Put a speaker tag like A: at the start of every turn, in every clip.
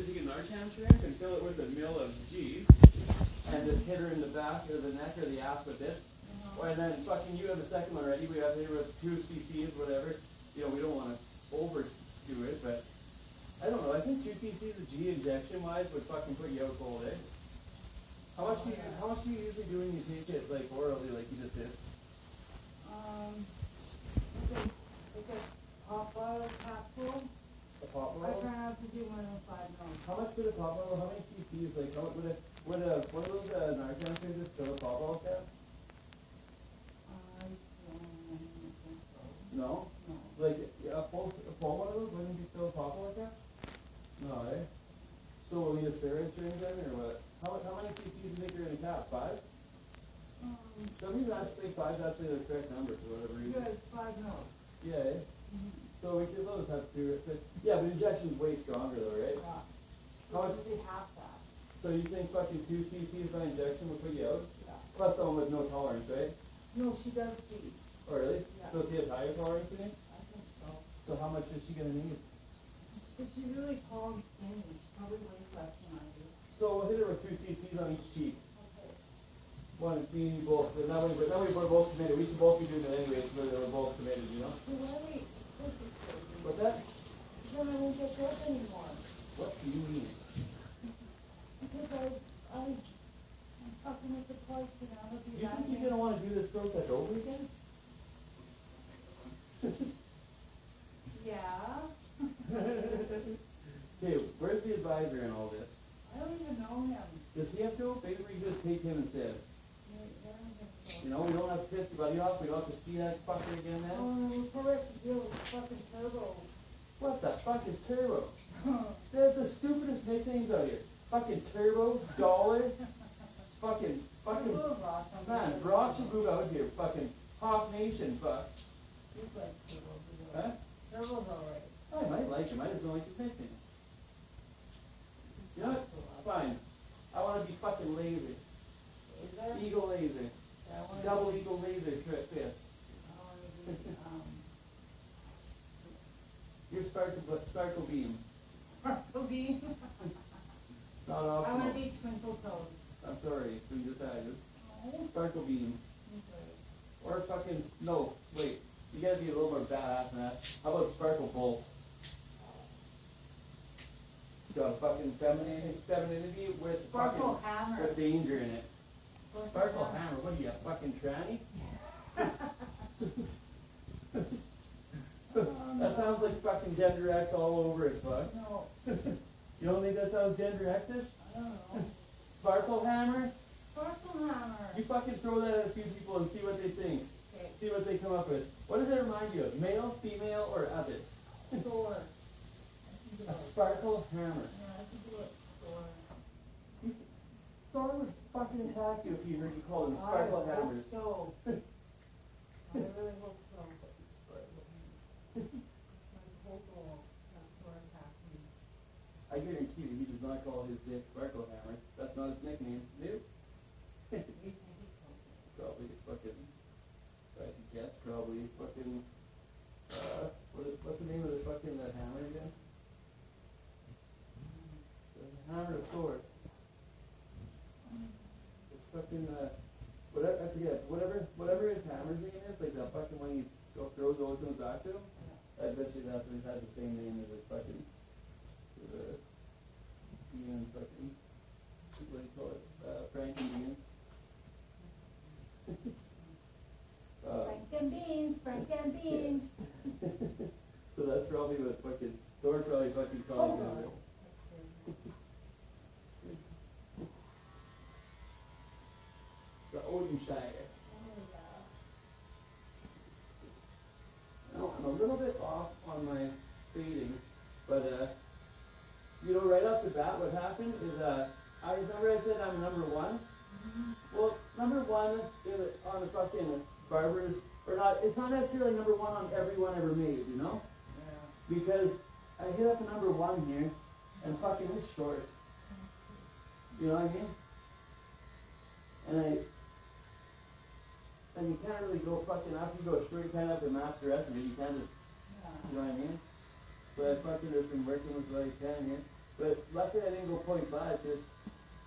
A: hands rings and fill it with a mill of G, and just hit her in the back or the neck or the ass with it. And then fucking you have a second one ready. We have to hit her with two CCs, whatever. You know, we don't want to overdo it, but I don't know. I think two CCs of G injection wise would fucking put you out cold, eh? How much do you how much do you usually do when you take it like orally, like you just did?
B: Um, it's a, it's a pop bottle capsule.
A: A pop
B: I
A: roll?
B: try not to do one of five mils.
A: How much did a pop roll? How many CCs? Like how much would a would a one of those uh, Narcan things fill a pop roll cap?
B: I don't think so.
A: No.
B: No.
A: Like a full a full one of those wouldn't you fill a pop roll cap? No, eh? So will we need a syringe or anything or what? How how many CCs make her in a cap? Five?
B: Um,
A: Some people actually five is actually the correct number for whatever reason.
B: good, five mils.
A: Yeah. eh? So we could those have to do it, but yeah, but injection's way stronger though, right?
B: Yeah.
A: How much-
B: It would be half that,
A: So you think fucking two cc's by injection would put you out?
B: yeah.
A: Plus someone with no tolerance, right?
B: No, she does G,
A: Or Oh, really?
B: Yeah.
A: So she has higher tolerance than you?
B: I think so.
A: So how much is she gonna need?
B: But she's really tall and skinny, she probably weighs less than I do.
A: So we'll hit her with two cc's on each cheek.
B: Okay.
A: One, me and you both, and that way, we're- that way we're both committed. We should both be doing it anyway, so that we're both committed, you know?
B: So why wait, this is crazy,
A: What's that?
B: then I won't get drunk anymore,
A: What do you mean?
B: because I, I, I'm fucking with the price and I would be
A: You
B: laughing.
A: think you're gonna wanna do this process over again?
B: Yeah,
A: Okay, where's the advisor in all this?
B: I don't even know him,
A: Does he have to? Maybe we just take him instead.
B: Yeah, yeah, I don't think so.
A: You know, we don't have to piss anybody off. We don't have to see that fucker again now.
B: Um, we're at the deal with fucking turbo.
A: What the fuck is Turbo? They're the stupidest nicknames out here. Fucking Turbo, Dollar, fucking, fucking,
B: Little rock on the
A: man,
B: other
A: Brock should
B: side.
A: move out here. Fucking Hawk Nation, fuck.
B: He's like turbo, you know.
A: Huh?
B: Turbo's alright.
A: I might like him. I just don't like his nickname. You know what? Fine. I want to be fucking laser.
B: Is there?
A: Eagle laser.
B: Yeah, I wanna
A: Double
B: be-
A: eagle laser trip, yeah.
B: I wanna be, um,
A: Your sparkle, sparkle beam.
B: sparkle bee.
A: Not
B: I wanna
A: optimal.
B: be twinkle toes.
A: I'm sorry, we just added.
B: Oh,
A: Sparkle beam.
B: okay.
A: Or fucking, no, wait. You gotta be a little more badass than that. How about Sparkle Bolt? The fucking feminine, femininity with
B: Sparkle
A: fucking,
B: hammer.
A: with danger in it. Sparkle
B: hammer.
A: Hammer, what are you, a fucking tranny? That sounds like fucking gender X all over it, bud.
B: Um, No,
A: You don't think that sounds gender X-ish?
B: I don't know.
A: Sparkle Hammer?
B: Sparkle hammer.
A: You fucking throw that at a few people and see what they think.
B: Okay,
A: See what they come up with. What does it remind you of? Male, female, or other?
B: Thor. I can do
A: A
B: it.
A: sparkle hammer.
B: Yeah, I can do it. Thor.
A: Thor would fucking attack you if he heard you call him
B: I
A: sparkle
B: hope
A: hammers.
B: So. I really hope so. It's my whole goal, that's where I'm happy.
A: I guarantee you, he does not call his dick sparkle hammer. That's not his nickname. Nope.
B: We can be close.
A: Probably fucking, I guess probably fucking, uh, what is, what's the name of the fucking that hammer again? The hammer of Thor. It's fucking, uh, whatever, I forget, whatever, whatever his hammer's name is, like that fucking one you go throws always comes back to him. I bet you that one had the same name as his fucking, the, Ian fucking, what do you call it, uh, Frank and Ian. Uh,
B: Frank and beans, Frank and beans.
A: so that's probably what fucking, Thor probably fucking called him.
B: Hold on.
A: The Odinshire. Now, I'm a little bit off on my fading, but, uh, you know, right off the bat, what happened is, uh, I remember I said I'm number one. Well, number one is on the fucking barbers, or not, it's not necessarily number one on everyone ever made, you know? Because I hit up a number one here, and fucking it's short. You know what I mean? And I, and you can't really go fucking up, you go straight kind of up and master estimate, you can't just, you know what I mean? So I fucking have been working with what I can here. But luckily I didn't go point five because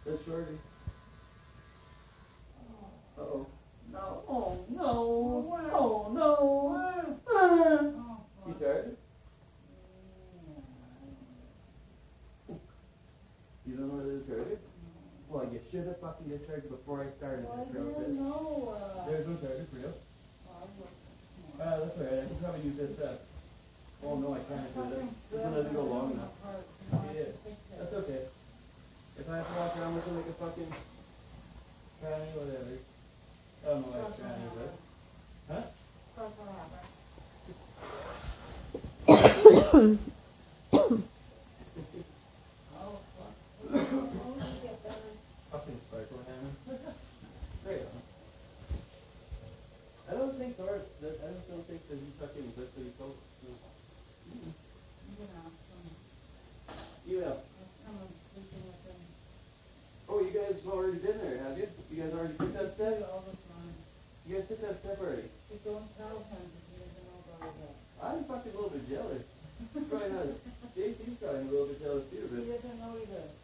A: the shorty. Uh oh. No. Oh no.
B: What?
A: Oh no.
B: What?
A: Ah.
B: Oh,
A: You
B: fuck.
A: tired? You don't know how to detergent? Well, you should have fucking detergent before I started
B: Well, I
A: this process.
B: didn't know, uh,
A: There's no detergent for you.
B: I was-
A: Uh, that's alright, I can probably use this, uh, oh no, I can't do this. This one doesn't go long enough. Yeah, that's okay. If I have to walk around with it like a fucking tranny, whatever. I don't know why it's tranny, but. Huh? Fucking sparkle hammer. Great, huh? I don't think, or, that, I just don't think that he fucking liquid coat. No. Yeah. Oh, you guys have already been there, have you? You guys already did that step? You guys did that step already. I'm fucking a little bit jealous. probably not. JC's probably a little bit jealous too, but.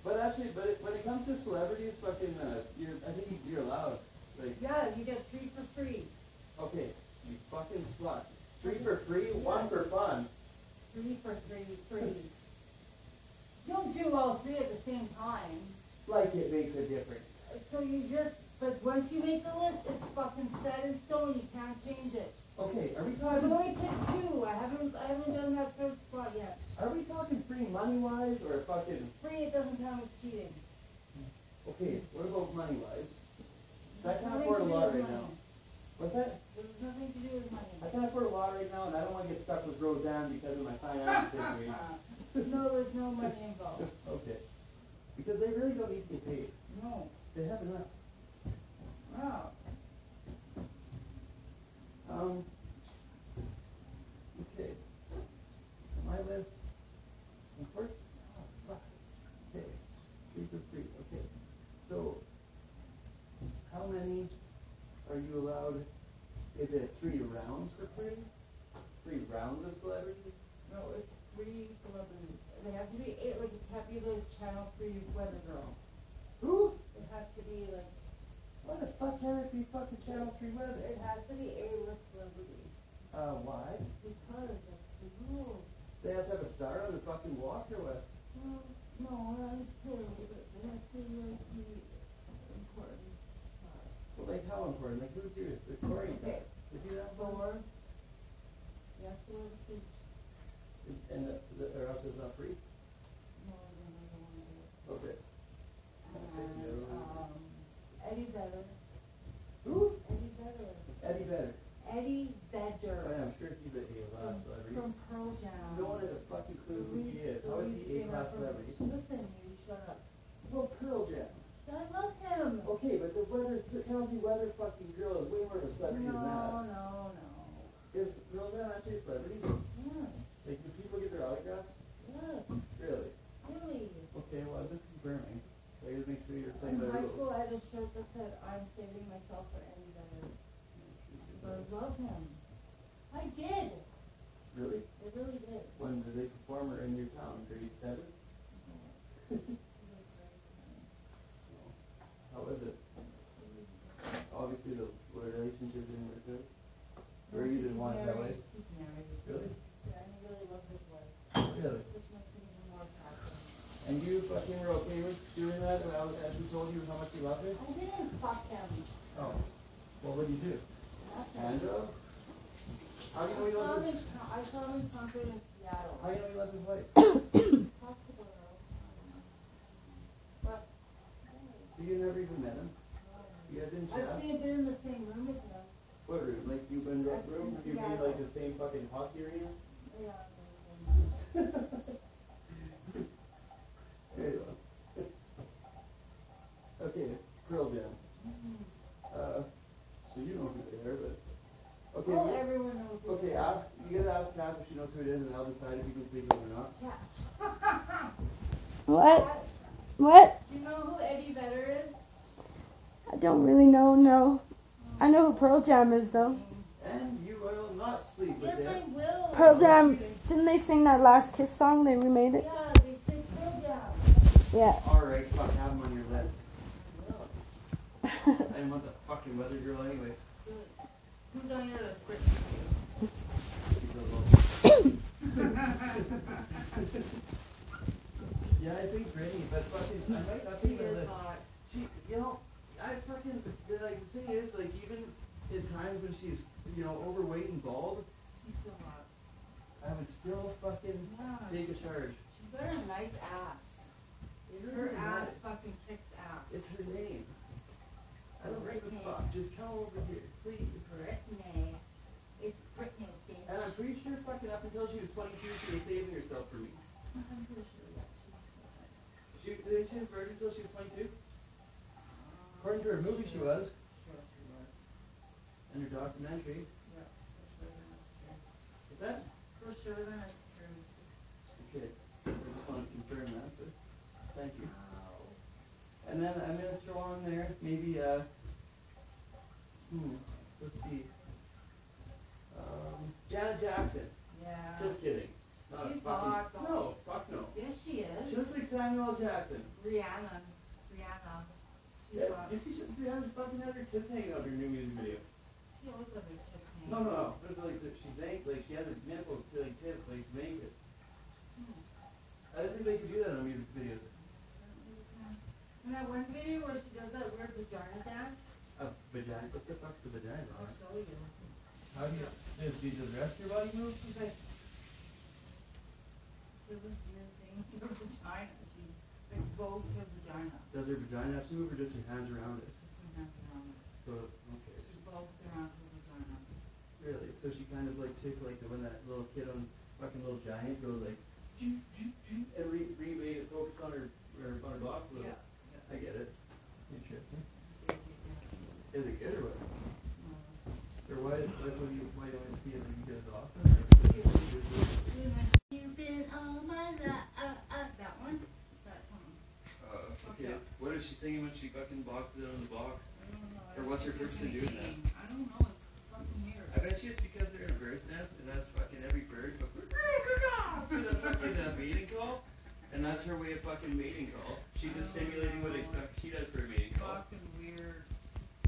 A: But actually, but it, when it comes to celebrities, fucking, uh, you're, I think you're allowed. Like,
C: Yeah, you get three for free.
A: okay, you fucking slut. Three for free, one for fun.
C: Three for three, free. Don't do all three at the same time.
A: Like it makes a difference.
C: So you just, but once you make the list, it's fucking set in stone. You can't change it.
A: Okay, are we
C: I've
A: talking?
C: only picked two. I haven't, I haven't done that third spot yet.
A: Are we talking free money wise or fucking?
C: Free, it doesn't count as cheating.
A: Okay, what about money wise? I
C: Nothing
A: can't
C: to
A: afford a
C: do
A: lot
C: with
A: right
C: money.
A: now. What's that?
C: There's nothing to do with
A: I
C: money.
A: can't afford a lot right now, and I don't want to get stuck with Roseanne because of my financial situation.
C: No, there's no money involved.
A: Okay. Because they really don't need to be paid.
C: No.
A: They have enough.
C: Wow.
A: Um, okay. My list, unfortunately, oh, fuck. Okay, three for three, okay. So, how many are you allowed, is it three rounds for free? Three rounds of celebrity?
B: No, it's three celebrities. They have to be
C: eh,
B: eight, like it can't be like Channel Three Weather Girl.
A: Who?
B: It has to be like,
A: Why the fuck can it be fucking Channel Three Weather?
B: it has to be a list celebrity
A: Uh, why?
B: because that's the rules.
A: They have to have a star on the fucking walk or what?
B: Well, no, I'm sorry, but they have to like be important stars.
A: Well, like how important, like who's yours? The Corey guy? Did you that one?
B: Thor. Yes, Thor the suit.
A: And the, the, or else it's not free?
B: No, I don't know the one I
A: Okay.
B: did. And, um, Eddie Vedder.
A: Who?
B: Eddie Vedder.
A: Eddie Vedder.
C: Eddie
A: Oh,
C: Vedder
A: yeah, I'm sure he's an A-class celebrity.
C: from Pearl Jam.
B: um,
A: No one has a fucking clue who he is. How is he A-class celebrity?
C: Listen, you shut up.
A: Well, Pearl Jam.
C: I love him.
A: Okay, but the weather, the Kelsey Weather fucking girl is way more of a celebrity
C: No,
A: than that.
C: no, no.
A: Is Pearl Jam actually a celebrity?
C: Yes,
A: Like, do people get their autographs?
C: yes,
A: Really?
C: really.
A: Okay, well, I'm just confirming. So you gotta make sure you're playing
B: In
A: by the
B: high
A: rules.
B: school, I had a shirt that said, I'm saving myself for Eddie Vedder. So I love him.
C: I did.
A: Really?
B: I really did.
A: When did they perform her in your town? Grade seven?
B: He
A: How was
B: was very kind.
A: it? Obviously, the relationship didn't work out. Or you didn't want it that way.
C: He's married.
A: Really?
C: Yeah, and he really loves his wife,
A: Really?
C: which makes it even more passionate.
A: And you fucking were okay with doing that when I was, as we told you how much you loved it?
C: I didn't fuck him.
A: Oh. Well, what did you do? Andrew? How do you know
C: I
A: you
C: saw
A: love
C: him,
A: his,
C: in Con- I saw him in concert in Seattle.
A: how do you know you love his wife?
B: Talked about it all the time.
C: But
A: So you never even met him? You guys didn't
C: I've
A: chat?
C: seen, been in the same room as him.
A: What room? Like you been in that room? You
C: Yeah.
A: been like the same fucking hockey arena?
C: Yeah, I've been in the same room.
A: There you go. Okay, Pearl Jam. Uh, so you know who they are, but. Okay,
C: Well,
A: we-
C: Oh, everyone knows. who he
A: okay,
C: is.
A: ask, you gotta ask Kath if she knows who it is and I'll decide if you can sleep with him or not.
C: Yeah.
D: What? What?
C: Do you know who Eddie Vedder is?
D: I don't really know. No, I know who Pearl Jam is though.
A: And you will not sleep with
C: Yes,
A: him.
C: I will.
D: Pearl Jam. Didn't they sing that Last Kiss song? They remade
C: Yeah,
D: it.
C: they sing Pearl Jam.
D: Yeah.
A: All right, fuck, have him on your list. I didn't want the fucking weather girl anyway.
B: Who's on your list, Brittany?
A: She's a little- yeah, I think Brittany, but fucking, I might not
B: She
A: be her
B: is
A: list.
B: hot.
A: She, you know, I fucking the, like the thing is like even in times when she's you know overweight and bald,
B: She's so hot.
A: I would still fucking
B: Yeah,
A: take a charge.
B: she's got a nice ass. Her
A: Really
B: ass
A: nice.
B: fucking kicks ass.
A: It's her name. I don't give
C: Brittany.
A: a fuck. Just come over here, please.
C: Brittany. It's Brittany, bitch.
A: And I'm pretty sure fucking up until she was 22, she was saving herself for me. She, did she was virgin until she was 22? According to her movie, she was. And her documentary. Is that?
B: For sure, then it's true.
A: Okay. I just want to confirm that, but thank you. And then I'm gonna throw on there maybe uh hmm, let's see. Um, Janet Jackson.
B: Yeah.
A: Just kidding. Not a
B: She's
A: fucking-
B: hot, though.
A: No, fuck no.
B: Yes, she is.
A: She looks like Samuel L. Jackson.
B: Rihanna. Rihanna. She's
A: Yeah,
B: hot.
A: you see, she's Rihanna fucking had her tits hanging out her new music video.
B: She always has a chick name.
A: No, no, no. But like that she made, like she had her nipples to like tits, like make it. Hmm. I don't think they could do that on music videos.
B: In that one video where she does that weird vagina dance,
A: A vagina. What the fuck's the vagina?
B: I'll show you.
A: How do you? Does, does the rest of your body move?
B: She's like, she does this weird thing to her vagina. She like vogues her vagina.
A: Does her vagina have to move, or just her hands around it?
B: Just in her vagina.
A: So okay,
B: She vogues around her vagina.
A: really. So she kind of like took like the when that little kid on fucking little giant goes like, and re remade it focus on her her, on her box a little.
B: Yeah.
A: I get it. Interesting.
B: Yeah, yeah,
A: Is it good or what?
B: yeah. No.
A: Or why why would you why don't you see it like you guys often?
B: You've been all my li- uh, uh, that one? It's that song.
A: Uh,
B: okay.
A: What is she singing when she fucking boxes it on the box?
B: I don't know.
A: Or what's her purpose in doing that?
B: I don't know, it's fucking weird.
A: I bet you it's because they're in a bird's nest and that's fucking every bird fucking for that fucking uh, mating call. And that's her way of fucking mating call. She's just simulating what a duck she does for a mating call.
B: Fucking weird.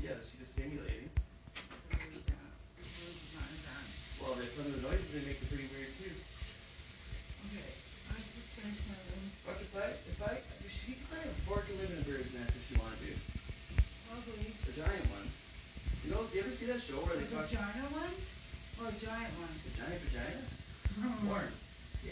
A: Yeah, she's just simulating.
B: It's a weird dance. It's a weird dance.
A: Well, there's some of the noises they make are pretty weird too.
B: Okay, I just finished my room.
A: Fuck if I, if I, if she could afford to live in a bird's nest if she wanted to.
B: Probably.
A: A giant one. You know, you ever see that show where
B: A
A: they fuck
B: vagina one? Or a giant one?
A: vagina, vagina? Warren.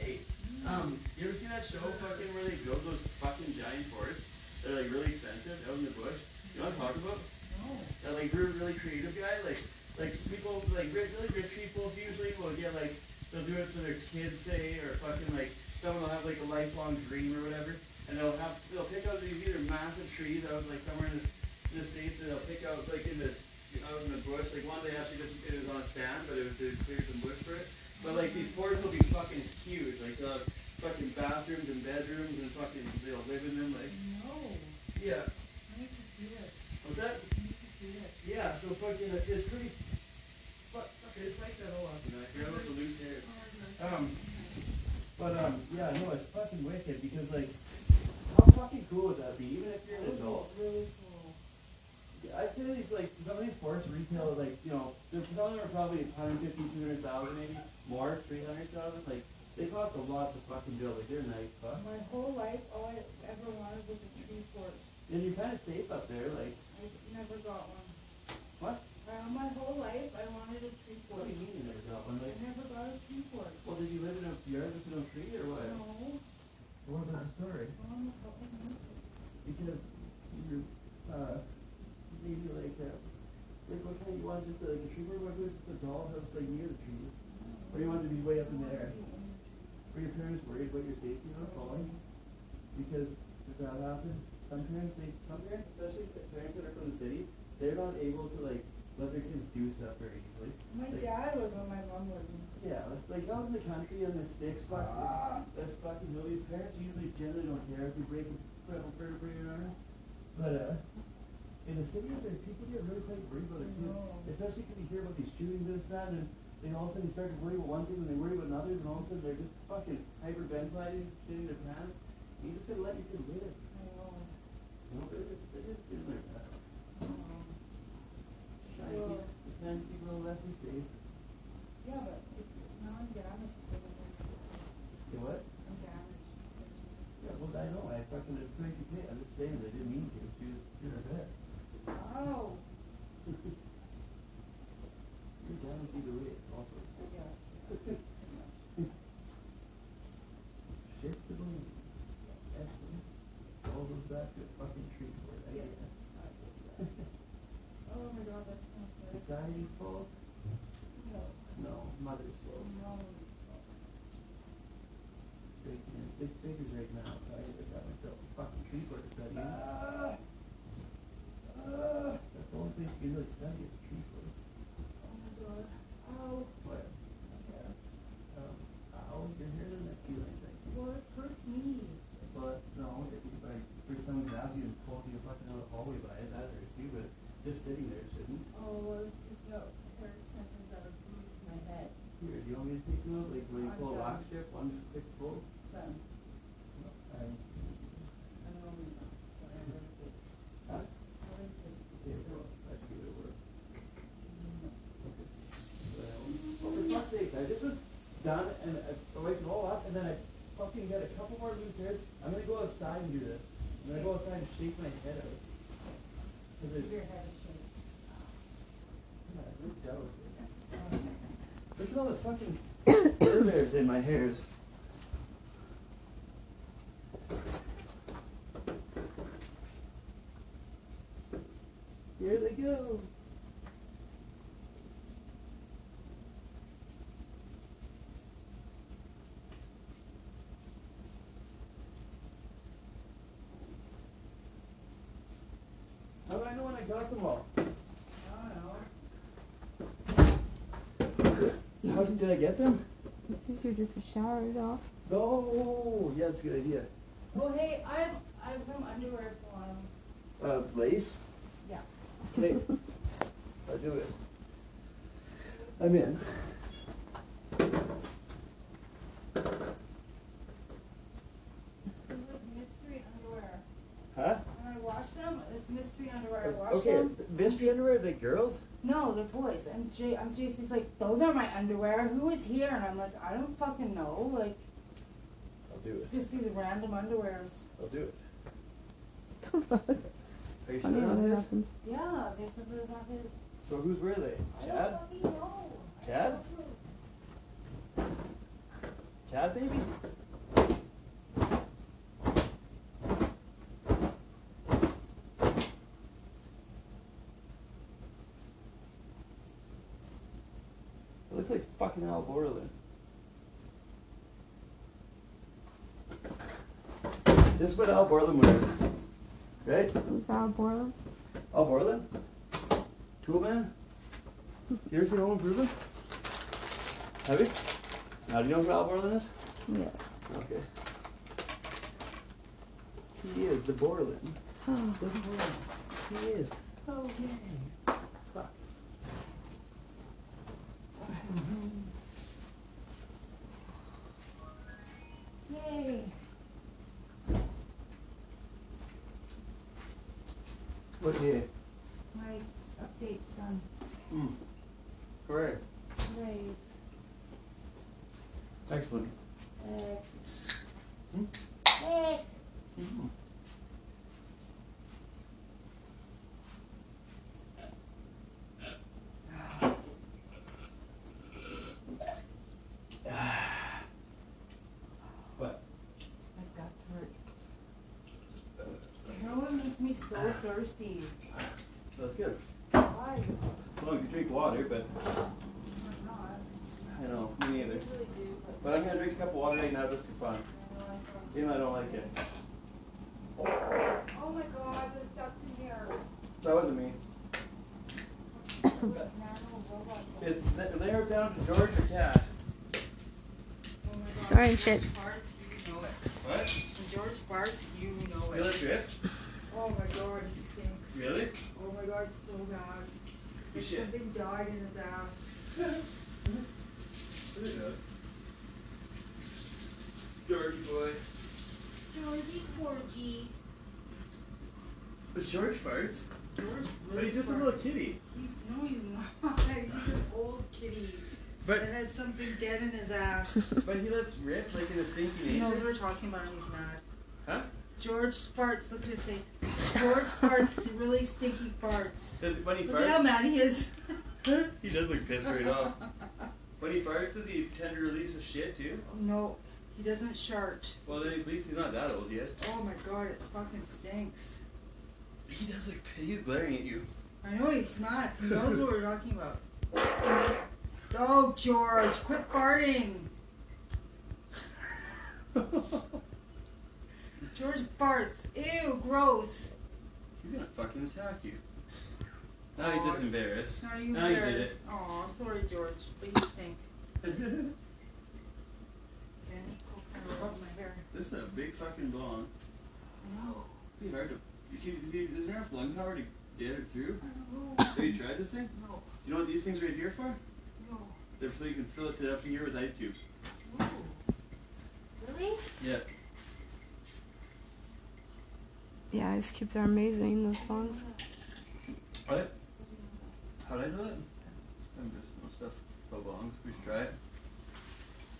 A: Yay. Um, you ever seen that show fucking where they build those fucking giant forests that are like really expensive out in the bush? You know what I'm talking about?
B: No.
A: That like really, really creative guy, like like people like rich, really rich people usually will get like they'll do it for their kids say or fucking like someone will have like a lifelong dream or whatever and they'll have they'll pick out these either massive trees out of like somewhere in the, in the states and they'll pick out like in the out in the bush like one they actually just it was on a stand but it was they cleared some bush for it but like these forests will be fucking huge like they'll have fucking bathrooms and bedrooms and fucking they'll live in them like
B: No. I
A: yeah
B: need to do it.
A: was that
B: I need to do it.
A: yeah, so fucking, uh, it's pretty. Fuck, fuck, it's like that all often. I feel like the loose hair. Um, but um, yeah, no, it's fucking wicked because like, how fucking cool would that be? Even if you're an adult.
B: Really cool.
A: Yeah, I'd say these like some of these forests retail like you know there's some of them are probably 150, 200,000 maybe more, 300,000. Like they cost a lot to fucking build. Like they're nice, fuck.
C: My whole life, all I ever wanted was a tree fort.
A: And you're kind of safe up there. Like
C: I never got one.
A: what?
C: Uh, my whole life, I wanted a tree
A: What
C: fort.
A: do you mean you never got one?
C: I
A: Like,
C: never got a tree fort.
A: well, did you live in a yard with no tree or what?
C: No,
A: What was the story?
C: mom, help me.
A: because you're uh, maybe like uh like what kind you want just a, like a tree or what if it's just a dollhouse like near the tree or you want to be way up in the air were your parents worried about your safety not falling because does that happen some parents they some parents especially the parents that are from the city they're not able to like let their kids do stuff very easily
C: My
A: like,
C: dad would, but my mom wouldn't.
A: yeah, it's like out in the country and the sticks, fuck, that's fucking hillies. Parents usually generally don't care if you break a break a vertebrae or not. But uh, in the city, there people get really quite worried about it too.
C: know.
A: Especially because you hear about these shootings and that, and they all of a sudden start to worry about one thing and they worry about another, and all of a sudden they're just fucking hyperventilating, shitting their pants. And you just gotta let your kid live. No, they just, they just do like that.
B: Um,
A: Trying to keep, just trying to keep a little SEC.
B: Yeah, but if non damaged, then
A: Say what?
B: damaged.
A: Yeah, well, I know, I fucking, it's crazy, yeah, I'm just saying, they didn't mean to, she was, she was bad.
B: Oh,
A: You're down either way, also.
B: I guess.
A: Shit to believe. Excellent. All goes back to a fucking tree for it, I get it.
B: Oh my god, that sounds good.
A: Society's fault?
B: No,
A: No, mother's fault.
B: no.
A: Breaking in six figures right now, I either got myself a fucking tree for it study.
B: Ah, ah,
A: That's the only place you can really study is a tree for it.
B: oh my god, ow,
A: What? Yeah. Um, ow, you're hearing that feeling, thank you.
B: well, it hurts me.
A: But no, if if I bring someone grabs you and pulls you fucking out of the hallway by it, that hurts you, but just sitting there shouldn't.
B: Oh, well, it's just, no, hair extensions that are glued to my head,
A: Here, do you want me to take you out? Like when you
B: I'm
A: pull a rock
B: done.
A: ship, one quick pull?
B: done,
A: And
B: I don't know, so I don't think it's,
A: Huh?
B: I don't think
A: Yeah, well, that should be the word.
B: it's.
A: Okay. Well, well, for fuck's sake, I just was done and I wake it all up and then I fucking got a couple more loose hairs. I'm gonna go outside and do this. I'm gonna go outside and shake my head out. Cause it's,
B: Your head is shaking.
A: yeah, no doubt. Look at all the fucking fur bears in my hairs. Here they go. How do I know when I got them all?
B: I don't know.
A: How did did I get them?
D: Since you're just a shower it off.
A: Oh, yeah, that's a good idea.
B: Oh, hey, I have, I have some underwear for him.
A: Uh, lace?
B: Yeah.
A: Okay. I'll do it. I'm in.
B: These are mystery underwear.
A: Huh?
B: When I wash them, it's mystery underwear. I wash
A: Okay,
B: them.
A: mystery underwear, the girls?
C: No, they're boys. And J- I'm JC's like, those are my underwear. Who is here? And I'm like, I don't fucking know. Like,
A: I'll do it.
C: just these random underwears.
A: I'll do it. Are you
D: It's funny
A: sure
D: when
A: on
D: that
A: this?
D: happens.
C: Yeah, they said they're not his.
A: So whose were they?
B: I
A: Chad?
B: don't fucking know. I
A: Chad?
B: don't know.
A: Chad, baby? I look like fucking Al Borland. This is what Al Borland wears. Right?
D: Who's Al Borland?
A: Al Borland? Tool man? You ever seen Home Improvement? Have you? Now, do you know who Al Borland is?
D: Yeah.
A: Okay. He is the Borland.
D: Oh,
A: The Borland. He is. Oh yay. Fuck.
B: Yay.
A: What yay?
B: My update's done.
A: Mm. Correct.
B: Raise.
A: Excellent.
B: X.
A: Hmm?
B: X.
A: Mm. What?
C: My guts hurt. Heroin makes me so thirsty.
A: That's good.
B: Why?
A: Well, you can drink water, but
B: I'm not.
A: I don't, me
B: I
A: neither.
B: really do, but
A: But I'm gonna drink a cup of water right now just for fun,
B: I don't like them.
A: even though I don't like it.
B: Oh my god, there's ducks in here.
A: That wasn't me.
B: With nano robot.
A: Is th- they are down to George or Cat?
B: Oh my god.
D: Sorry,
B: George
D: shit.
B: farts, you know it.
A: What?
B: When George farts, you know it.
A: Really, Drift?
B: Oh my god, he stinks.
A: Really?
B: Oh my god, it's so bad.
A: You
B: There's
A: should-
B: something died in his ass.
A: Georgie boy.
B: Georgie Corgi.
A: But George farts.
B: George
A: But
B: really
A: he's just a
B: fart-
A: little kitty.
B: he- No, he's not. He's an old kitty
A: But
B: that has something dead in his ass.
A: but he lets rip like in a stinky
B: He
A: nature.
B: knows we're talking about him. He's mad.
A: Huh?
B: George farts. Look at his face. George farts really stinky farts.
A: Does, when he
B: Look at how
A: farts,
B: mad he is.
A: he does look pissed right off. When he farts, does he tend to release a shit too?
B: No, he doesn't shart.
A: Well, then at least he's not that old yet.
B: Oh my god, it fucking stinks.
A: He does look. p- He's glaring at you.
B: I know he's not. He knows what we're talking about. Oh, George, quit farting. George farts. Ew, gross.
A: He's gonna fucking attack you. Now
B: Oh,
A: he's just embarrassed.
B: Now you
A: Now you did
B: embarrassed. Aw, sorry, George, but you stink. Can you coconut rub my hair?
A: This is a big fucking bong.
B: No.
A: It'd be hard to. You can, you, is there enough lung power to get it through?
B: I don't know.
A: Have you tried this thing?
B: No,
A: You know what these things right here are for?
B: no,
A: They're so you can fill it up here with ice cubes.
B: no. Really?
A: Yeah.
D: The ice cubes are amazing, those songs.
A: What? How'd I know that? I'm just no stuff about bongs. We should try it.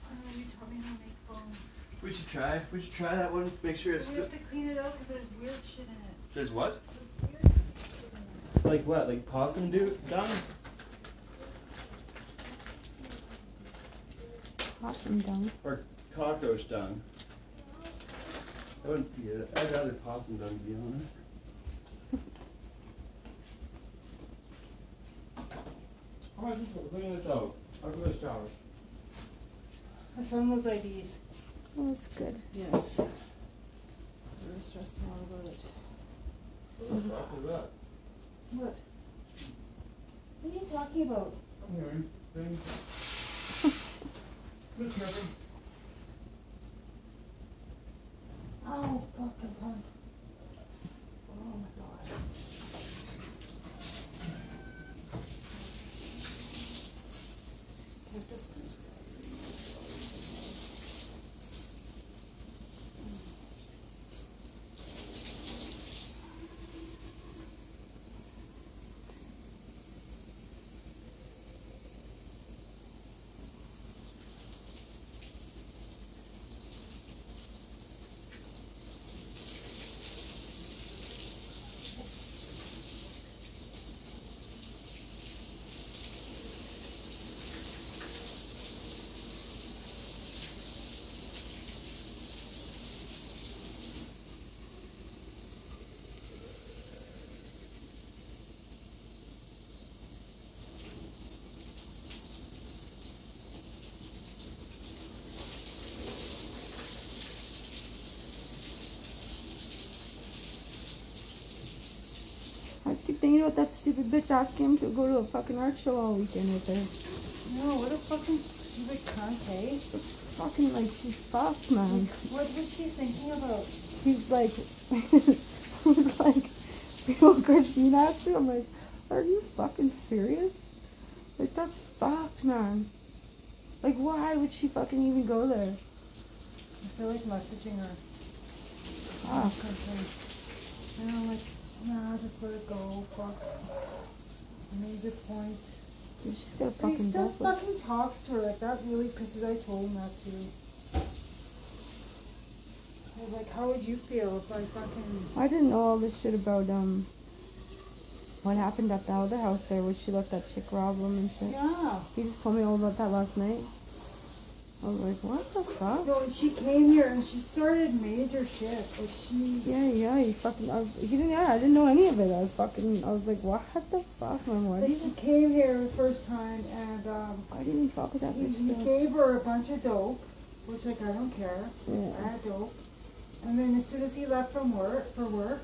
B: Why don't you tell me how to make bones?
A: We should try. We should try that one. Make sure it's.
B: We have to clean it out because there's weird shit in it.
A: There's what?
B: There's weird shit in it.
E: Like what? Like possum do dung?
D: Hot and dumb.
A: Cockroach dung. That wouldn't be it. I'd rather possum dung to be honest.
E: Oh, I just cleaning this out. I'll go to the shower.
B: I found those IDs.
D: Well, Oh, that's good.
B: Yes. Very stressed out about it.
E: What the fuck is that?
B: What? What are you talking about?
E: I'm hearing things. Good Kevin.
B: Oh, fucking pump. Oh my god. Take this one.
D: I just keep thinking about that stupid bitch asking him to go to a fucking art show all weekend with her.
B: No, what a fucking stupid cunt, eh?
D: Fucking like she's fucked, man.
B: What was she thinking about?
D: He's like, he's like, people Christine asked you. I'm like, are you fucking serious? Like that's fucked, man. Like why would she fucking even go there?
B: I feel like messaging her.
D: Fuck.
B: Because like, you know, like, nah, just let it go. Fuck. You made a good point.
D: She's got
B: But he
D: fucking
B: still
D: death. wish.
B: fucking talked to her. Like that really pisses. I told him that too. I was like, how would you feel if I fucking?
D: I didn't know all this shit about um what happened at the other house there where she let that chick rob him and shit.
B: Yeah.
D: He just told me all about that last night. I was like, what the fuck?
B: No, and she came here and she started major shit. Like she.
D: Yeah, yeah, he fucking. I was, he didn't. Yeah, I didn't know any of it. I was fucking. I was like, what the fuck, man? Why
B: Like
D: did
B: she came here the first time and um,
D: Why did he fuck with that
B: he,
D: bitch?
B: he
D: though?
B: gave her a bunch of dope, which like I don't care. I
D: Yeah.
B: had dope. And then as soon as he left from work for work,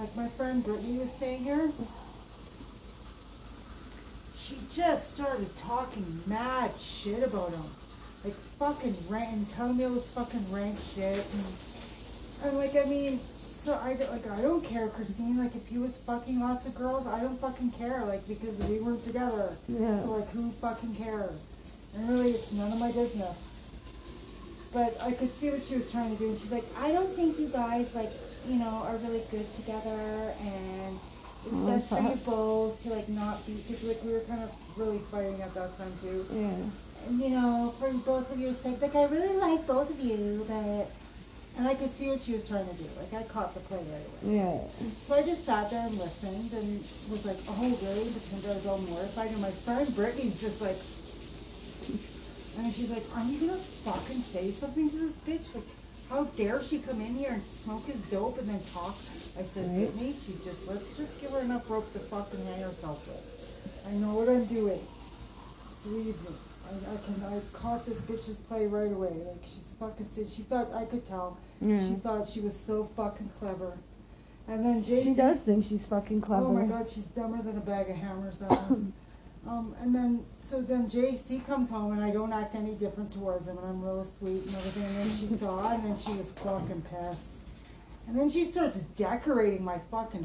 B: like my friend Brittany was staying here, she just started talking mad shit about him. Like fucking rant and telling me all this fucking rank shit and I'm like, I mean, so I don't, like I don't care, Christine. Like if he was fucking lots of girls, I don't fucking care. Like because we weren't together.
D: Yeah.
B: So like, who fucking cares? And really, it's none of my business. But I could see what she was trying to do, and she's like, I don't think you guys like
C: you know, are really good together and it's
D: Oh,
C: best for you
D: that's-
C: both to like not be because like we were kind of really fighting at that time too.
D: Yeah.
C: And you know, for both of your sake, like I really like both of you, but and I could see what she was trying to do. Like I caught the play right away.
D: Yeah.
C: So I just sat there and listened and was like, oh really? Because I was all mortified and my friend Brittany's just like and she's like, Are you gonna fucking say something to this bitch? Like how dare she come in here and smoke his dope and then talk? I said,
D: Right.
C: Brittany, she just let's just give her enough rope to fucking hang herself with. I know what I'm doing. Believe me. I, I can I caught this bitch's play right away. Like she's fucking stu- she thought I could tell. She
D: Yeah.
C: thought she was so fucking clever. And then
D: She
C: Jason
D: does think she's fucking clever.
C: Oh my god, she's dumber than a bag of hammers that one. Um, and then so then JC comes home and I don't act any different towards him and I'm real sweet and everything and then she saw and then she was fucking pissed. And then she starts decorating my fucking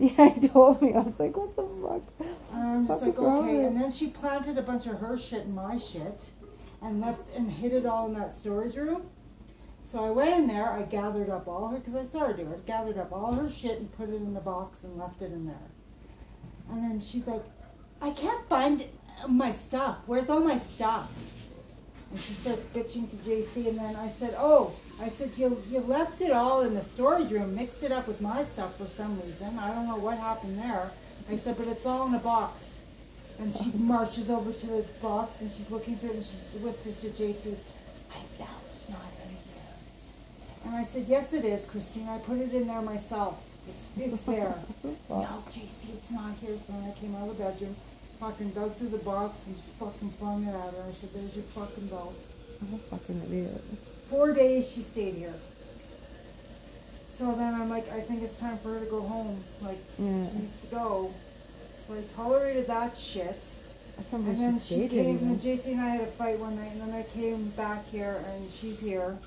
D: Yeah, he told me. I was like, what the fuck?
C: And I'm just
D: Fuck
C: like,
D: is wrong
C: okay.
D: with-
C: And then she planted a bunch of her shit in my shit and left and hid it all in that storage room. So I went in there, I gathered up all her, because I saw her do it, gathered up all her shit and put it in the box and left it in there. And then she's like, I can't find my stuff. Where's all my stuff? And she starts bitching to JC. And then I said, Oh, I said, you, you left it all in the storage room, mixed it up with my stuff for some reason. I don't know what happened there. I said, But it's all in a box. And she marches over to the box and she's looking through it and she whispers to JC, I found it's not in here. And I said, Yes, it is, Christine. I put it in there myself. It's, it's there. no, JC, it's not here. So then I came out of the bedroom, fucking dug through the box and just fucking flung it at her. I said, There's your fucking belt.
D: I'm a fucking idiot.
C: Four days she stayed here. So then I'm like, I think it's time for her to go home. Like,
D: Yeah.
C: she needs to go. So I tolerated that shit.
D: I can't
C: And
D: believe
C: then
D: she
C: she
D: stayed
C: came,
D: in
C: and
D: there.
C: JC and I had a fight one night, and then I came back here, and she's here.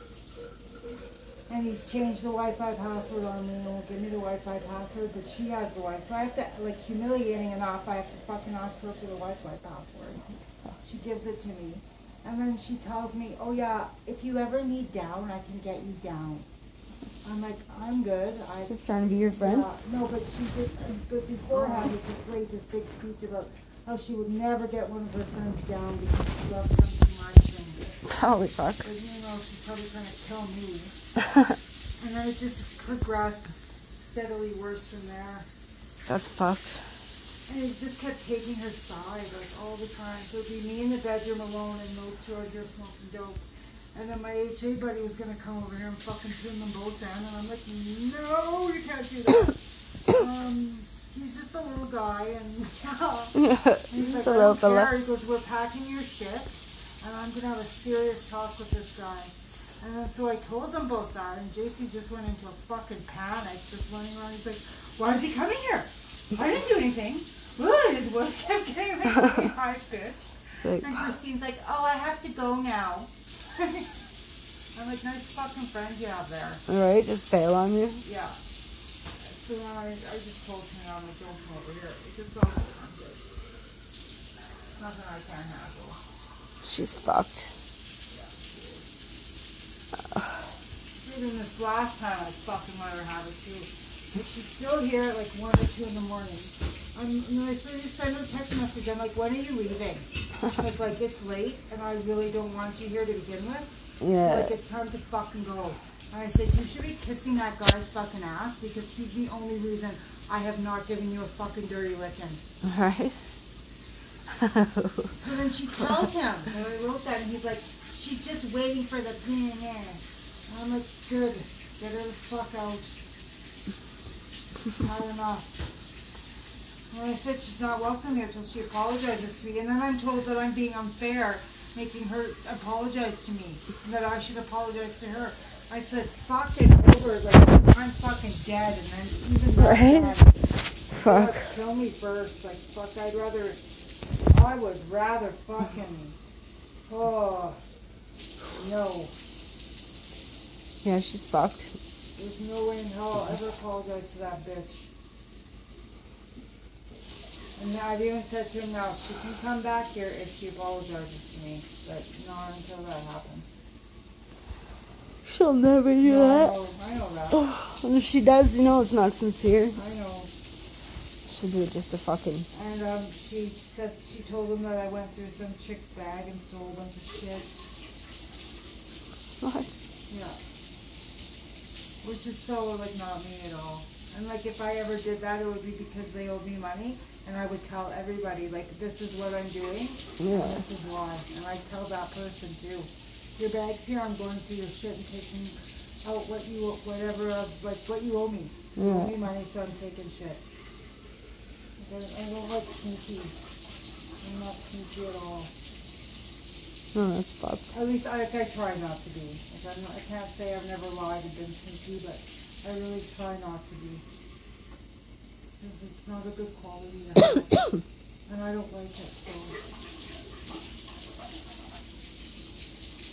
C: And he's changed the Wi-Fi password on me, and won't give me the Wi-Fi password, but she has the Wi-Fi. So I have to, like, humiliating enough, I have to fucking ask her for the Wi-Fi password. She gives it to me. And then she tells me, oh yeah, if you ever need down, I can get you down. I'm like, I'm good. I
D: Just trying to be your friend.
C: yeah, Uh, no, but she did, but beforehand, it just laid this big speech about how she would never get one of her friends down because she loves them too much and,
D: Holy fuck.
C: but you know, she's probably gonna kill me. And then it just progressed steadily worse from there.
D: That's fucked.
C: And it just kept taking her side, like, all the time. So it'd be me in the bedroom alone and no George here smoking dope. And then my HA buddy was gonna come over here and fucking tune them both down. And I'm like, no, you can't do that. um, he's just a little guy, and yeah. he's like,
D: a
C: I
D: little
C: don't
D: fella.
C: care. He goes, we're packing your shit, and I'm gonna have a serious talk with this guy. And then, so I told them both that, and JC just went into a fucking panic, just running around. He's like, why is he coming here? I didn't do anything. Ooh, and his words kept getting like, high bitch.
D: Like,
C: And Christine's like, oh, I have to go now. I'm like, nice fucking friend you have there.
D: alright, just bail on you.
C: Yeah. So then I, I just told him, I'm like, don't come over here. It's just all I'm good. Nothing I can't handle.
D: She's fucked.
C: Even this last time, I fucking let her have it too. But she's still here at like 1 or 2 in the morning. I'm, and I said, just send her a text message. I'm like, when are you leaving? Because like, it's late and I really don't want you here to begin with.
D: Yeah.
C: Like it's time to fucking go. And I said, you should be kissing that guy's fucking ass because he's the only reason I have not given you a fucking dirty licking.
D: Alright.
C: So then she tells him, and I wrote that, and he's like, she's just waiting for the pin in. And I'm like, good, get her the fuck out. Not enough. And I said she's not welcome here till she apologizes to me. And then I'm told that I'm being unfair, making her apologize to me, and that I should apologize to her. I said, fuck it over, like, I'm fucking dead, and then even though
D: Right?
C: I'm dead,
D: Fuck.
C: Fuck, Kill me first, like fuck. I'd rather. I would rather fucking. Oh no,
D: Yeah, she's fucked.
C: there's no way in hell I'll ever apologize to that bitch. And I've even said to him now, she can come back here if she apologizes to me, but not until that happens.
D: She'll never do
C: No, Oh, I
D: that.
C: know that.
D: Oh, And if she does, you know it's not sincere.
C: I know.
D: She'll do it just to fucking.
C: And um, she said she told him that I went through some chick's bag and stole a bunch of shit.
D: What?
C: Yeah. Which is so like not me at all. And like if I ever did that, it would be because they owed me money, and I would tell everybody like this is what I'm doing, and
D: Yeah.
C: this is why, and I tell that person too. Your bag's here. I'm going through your shit and taking out what you whatever of like what you owe me. You owe
D: Yeah.
C: me money, so I'm taking shit. I don't- I don't like sneaky. I'm not sneaky at all.
D: No, that's fucked.
C: At least I, like, I try not to be. Like I'm not, I can't say I've never lied and been sneaky, but I really try not to be. 'Cause it's not a good quality, at all. and I don't like it.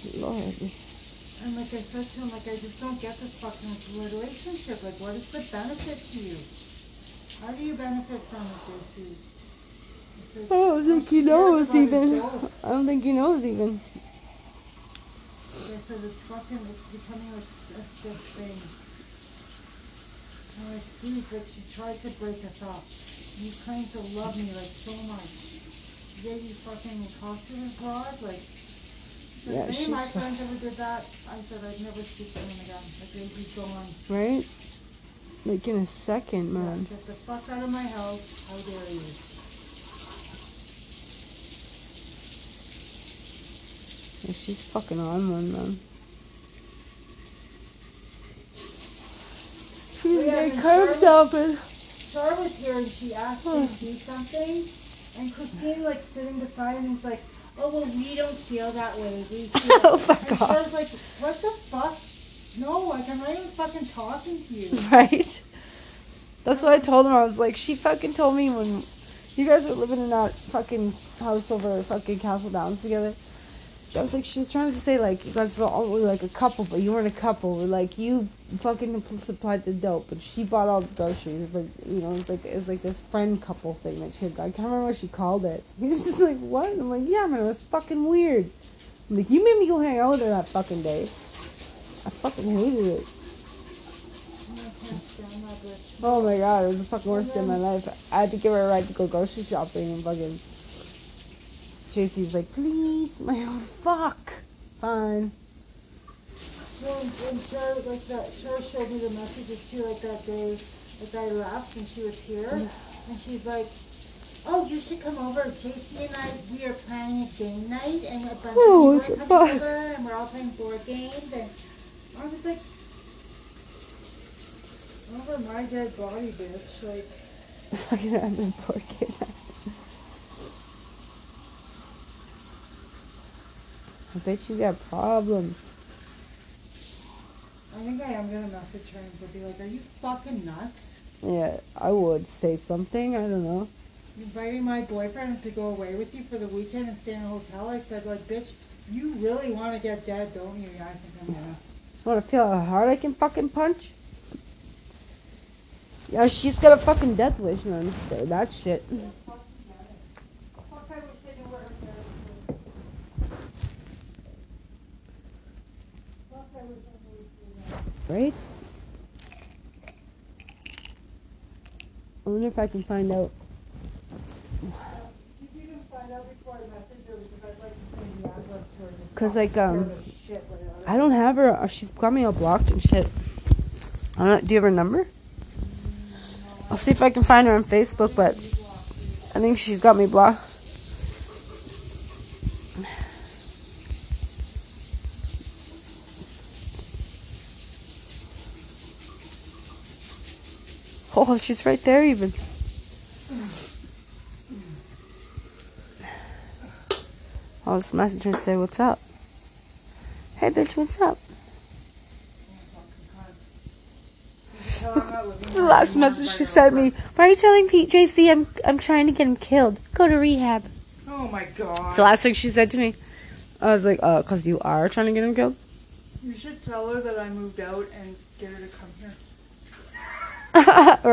C: So
D: Lord.
C: and like I said to him, like I just don't get this fucking relationship. Like what is the benefit to you? How do you benefit from it, JC? I said,
D: I don't think he
C: cares
D: knows
C: about his
D: even.
C: dope?
D: I don't think he knows even.
C: Like I said, it's fucking, it's becoming like a sick thing. I'm like, dude, like she tried to break us up. You claim to love me like so much. Yet you fucking accosted us rod, like. So
D: Yeah,
C: if
D: she's
C: any of my
D: fu-
C: friends ever did that, I said I'd never speak to them again. Like they'd be gone.
D: Right? Like in a second, man.
C: Get the fuck out of my house. How dare you?
D: Like she's fucking on one, man. She's
C: We have
D: like
C: insurance.
D: curved up and
C: Char was here and she asked him to do something, and Christine like sitting beside him was like, "Oh well, we don't feel that way. We feel."
D: Oh, fuck
C: and
D: off.
C: Char was like, "What the fuck? No, like I'm not even fucking talking to you."
D: right. That's what I told him. I was like, she fucking told me when you guys were living in that fucking house over fucking Castle Downs together. I was like, she was trying to say like you guys were all were like a couple, but you weren't a couple. Like you fucking supplied the dope, and she bought all the groceries. But you know, it's like it's like this friend couple thing that she had. I can't remember what she called it. He was just like, what? I'm like, yeah, man, it was fucking weird. I'm like, you made me go hang out with her that fucking day. I fucking hated it.
C: And I can't stand that bitch.
D: Oh my god, it was the fucking worst day of my life. I had to give her a ride to go grocery shopping and fucking. JC's like, please, my own fuck. Fine.
C: No, and, and Char like that. Char showed me the messages too, like that day, like I left and she was here, and she's like. Oh, you should come over. JC and I, we are planning a game night, and a bunch
D: Oh, what
C: of
D: the
C: people are coming
D: fuck?
C: over, and we're all playing board games. And I was like, over my dead body, bitch. Like,
D: Fucking I'm a poor kid. I bet you got problems.
C: I think I am gonna message her and be like, "Are you fucking nuts?
D: Yeah, I would say something. I don't know.
C: You inviting my boyfriend to go away with you for the weekend and stay in a hotel?" I said, "Like, bitch, you really want to get dead, don't you?" Yeah, I think I'm gonna.
D: Wanna feel how hard I can fucking punch? Yeah, she's got a fucking death wish, man. So that shit. Right? I wonder if I can find out.
C: If you can find out before I message her, because I'd like to send the address to her. just
D: 'Cause, like,
C: scare
D: um,
C: the shit right out of
D: I don't have her. uh, She's got me all blocked and shit. I don't. Do you have her number? I'll see if I can find her on Facebook, but I think she's got me blocked. Oh, she's right there, even. I'll just message her and say, What's up? Hey, bitch, what's up?
C: Tell her I'm not
D: This
C: living
D: is
C: here
D: the last
C: anymore,
D: message
C: invite
D: she
C: her
D: sent
C: over.
D: me. Why are you telling Pete JC I'm I'm trying to get him killed? Go to rehab. It's
C: Oh my god.
D: the last thing she said to me. I was like, uh, cause you are trying to get him killed.
C: You should tell her that I moved out and get her to come here.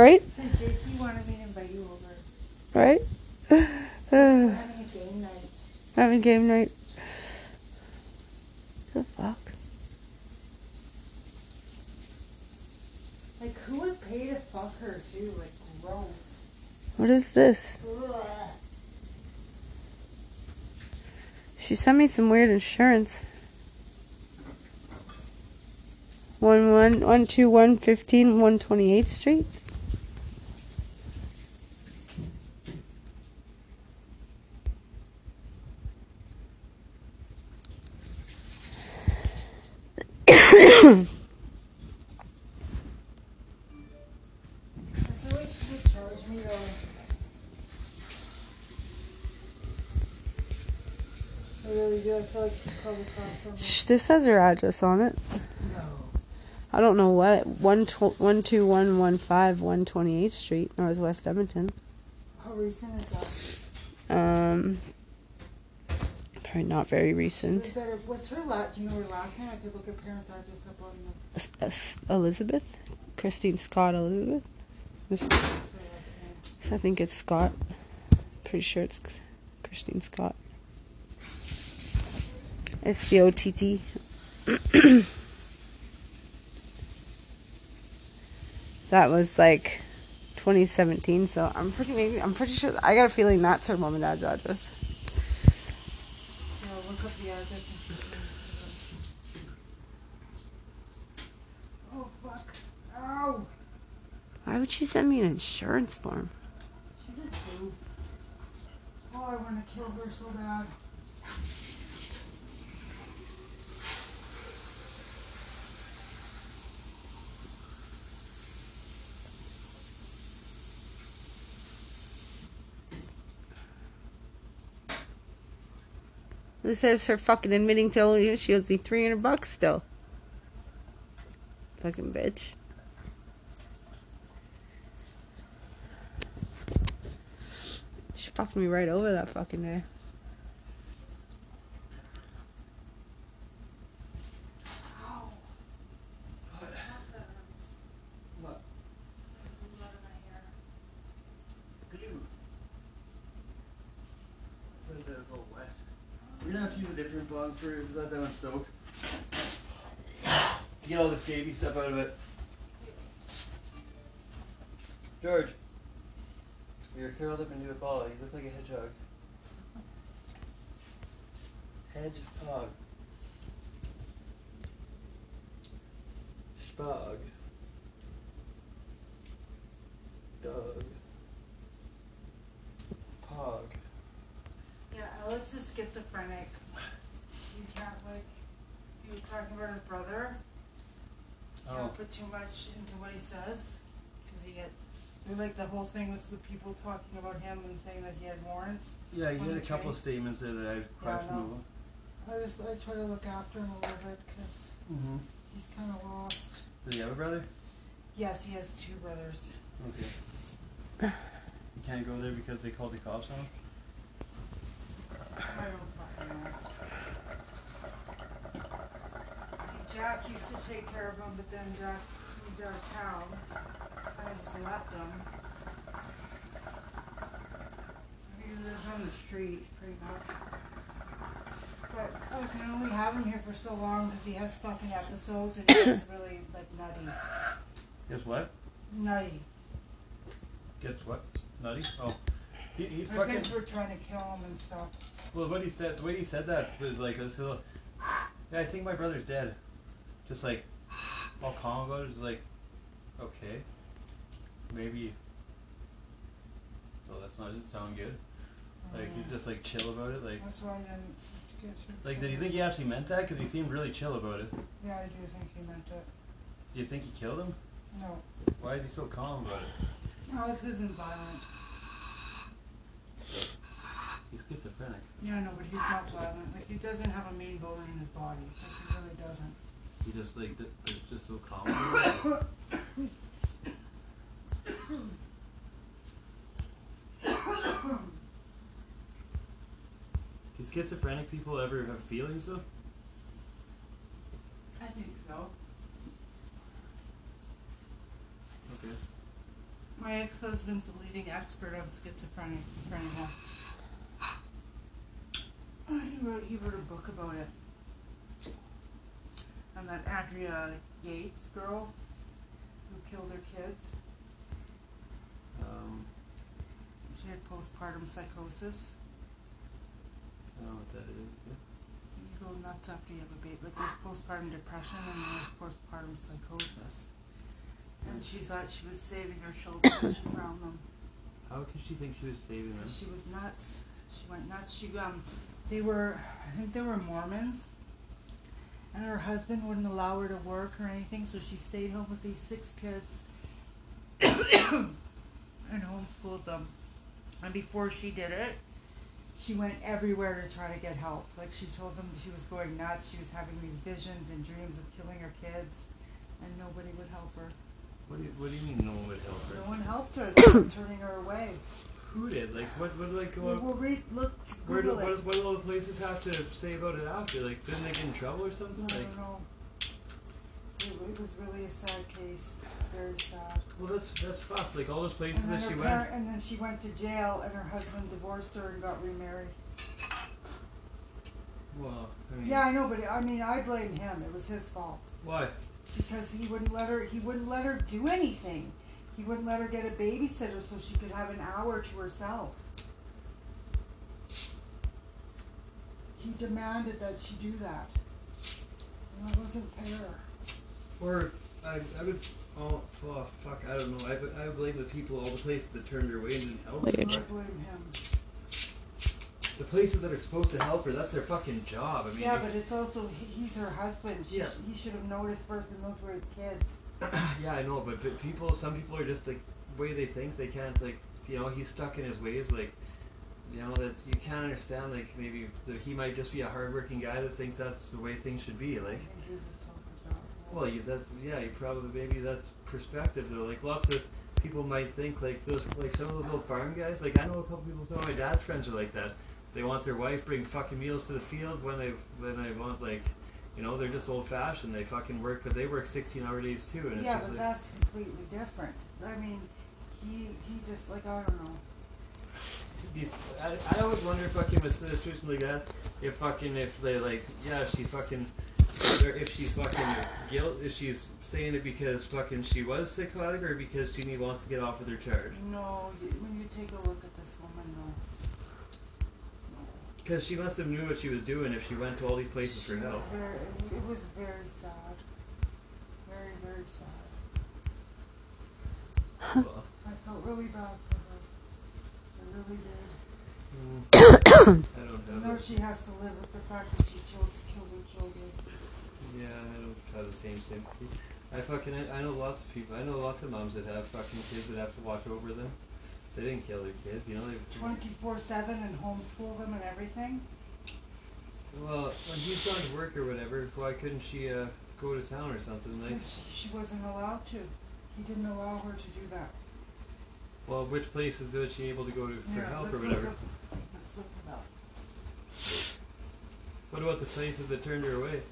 D: right?
C: So JC wanted me to invite you over.
D: Right? Uh,
C: Having a game night.
D: having game night. The fuck?
C: Like, who would pay to fuck her too? Like, gross.
D: What is this?
C: Ugh.
D: She sent me some weird insurance. One one one two one fifteen one twenty eighth Street.
C: I feel like she would charge me though. I really do. I feel like she's probably far from me.
D: Sh- This has her address on it. I don't know what one tw- one two one one five one twenty eighth Street, Northwest Edmonton.
C: How recent is that?
D: Um, probably not very recent.
C: Is that her, what's her last? Do you know her last name? I could look her parents' address up on the.
D: Es- Es- Elizabeth, Christine Scott Elizabeth. This-
C: What's her last name?
D: So I think it's Scott. Pretty sure it's Christine Scott. It's the OTT. that was like 2017, so I'm pretty maybe I'm pretty sure I got a feeling that's her mom and dad's address.
C: Yeah, look up the address and see if it's- Oh fuck! Ow!
D: Why would she send me an insurance form?
C: She's a goof. Oh, I want to kill her so bad.
D: This is her fucking admitting to owning it. She owes me 300 bucks still. Fucking bitch. She fucked me right over that fucking day.
C: Ow!
F: What? Could you?
A: Said that it's all wet. We're gonna have to use a different bong for let that one soak. To get all this baby stuff out of it. George. You're curled up into a ball. You look like a hedgehog. Hedgehog. Spog. Dog. Pog.
C: Yeah, Alex is schizophrenic. You can't like. He was talking about his brother. Can't
A: Oh.
C: put too much into what he says, because he gets. We like the whole thing with the people talking about him and saying that he had warrants.
A: Yeah, you
C: on
A: had a
C: the
A: couple
C: train.
A: of statements there that I questionable.
C: I just I try to look after him a little bit because
A: Mm-hmm.
C: he's kind of lost.
A: Does he have a brother?
C: Yes, he has two brothers.
A: Okay. You can't go there because they called the cops on him?
C: I don't fucking know. See, Jack used to take care of him, but then Jack moved out of town. I just left him. He lives on the street, pretty much. But oh, I can only have him here for so long because he has fucking episodes and he's really like nutty,
A: Guess what?
C: nutty.
A: Guess what? Nutty? Oh. He, he
C: I
A: fucking.
C: think we're trying to kill him and stuff.
A: Well, what he said, the way he said that was like, it was little, yeah, I think my brother's dead. Just like, all calm about it, just like, okay. Maybe. Well, that's not, doesn't sound good. Like, he's just like chill about it. Like,
C: That's why I didn't get you.
A: like did you think he actually meant that? Because he seemed really chill about it.
C: Yeah, I do think he meant it.
A: Do you think he killed him?
C: No,
A: Why is he so calm about it?
C: Alex isn't violent.
A: He's schizophrenic.
C: Yeah, no, but he's not violent. Like he doesn't have a mean bone in his body. Like he really doesn't.
A: He just like d- is just so calm. about it. Do schizophrenic people ever have feelings though?
C: I think so.
A: Okay.
C: My ex-husband's the leading expert on schizophrenia. Oh, He wrote, he wrote a book about it. And that Andrea Yates girl, who kill their kids.
A: Um,
C: She had postpartum psychosis.
A: I don't know what that is.
C: You go nuts after you have a baby. Like there's postpartum depression and there's postpartum psychosis. And she thought she was saving her children when she found them.
A: How could she think she was saving them?
C: She was nuts. She went nuts. She um, they were, I think they were Mormons, and her husband wouldn't allow her to work or anything, so she stayed home with these six kids, and homeschooled them. And before she did it, she went everywhere to try to get help. Like she told them she was going nuts. She was having these visions and dreams of killing her kids, and nobody would help her.
A: What do you, What do you mean no one would help
C: No
A: her?
C: one helped her. They were turning her away.
A: Who did? Like what? What like
C: Well,
A: what?
C: we'll read. Look,
A: Where do,
C: Google it.
A: what, what do all the places have to say about it after? Like, didn't they get in trouble or something?
C: I
A: Like,
C: don't know. It, it was really a sad case. Very sad.
A: well, that's that's fucked. Like all those places
C: and,
A: that
C: then
A: she
C: her
A: went.
C: parent- and then she went to jail, and her husband divorced her and got remarried.
A: Mm-hmm. Well, I mean,
C: Yeah, I know, but I mean, I blame him. It was his fault
A: why?
C: because he wouldn't let her. He wouldn't let her do anything. He wouldn't let her get a babysitter so she could have an hour to herself. He demanded that she do that. And it wasn't fair.
A: Or I, I would. Oh, oh, fuck! I don't know. I, would- I would blame the people, all the places that turned her away and didn't help
D: Weird.
C: I
A: her.
C: blame him.
A: The places that are supposed to help her, that's their fucking job. I mean,
C: Yeah, but it's also he- he's her husband. She,
A: Yeah.
C: He should have noticed first and looked for his kids.
A: yeah, I know. But, but people, some people are just like the way they think. They can't like, you know, he's stuck in his ways. Like, you know, that's you can't understand. Like maybe that he might just be a hardworking guy that thinks that's the way things should be.
C: I
A: Like.
C: think he was a selfish asshole.
A: Well, you, that's yeah. You probably maybe that's perspective though. Like lots of people might think like those like some of those little farm guys. Like I know a couple people. Some of my dad's friends are like that. They want their wife bring fucking meals to the field when they when they want like, you know, they're just old fashioned. They fucking work, but they work sixteen hour days too. And it's
C: yeah,
A: just
C: but
A: like,
C: that's completely different. I mean, he he just like I don't know.
A: these, I, I always wonder fucking with situations like that if fucking if they like yeah if she fucking or if she's fucking guilt if she's saying it because fucking she was psychotic or because she need- wants to get off with her charge
C: No, you, when you take a look at this woman, though,
A: because she must have knew what she was doing if she went to all these places
C: she
A: for help
C: was very, it, it was very sad. Very very sad.
A: Well,
C: I felt really bad for her. I really did.
A: I
C: I
A: don't
C: know
A: have the,
C: she has to live with the fact that she chose to kill her children.
A: yeah I don't have the same sympathy I fucking I, I know lots of people I know lots of moms that have fucking kids that have to watch over them they didn't kill their kids you know they
C: 24 7 and homeschool them and everything.
A: Well, when he's gone to work or whatever, why couldn't she uh, go to town or something? Like,
C: 'Cause she, she wasn't allowed to. He didn't allow her to do that.
A: well, which places was she able to go to for
C: Yeah,
A: help or
C: let's look
A: whatever?
C: up- Let's look it up.
A: What about the places that turned her away?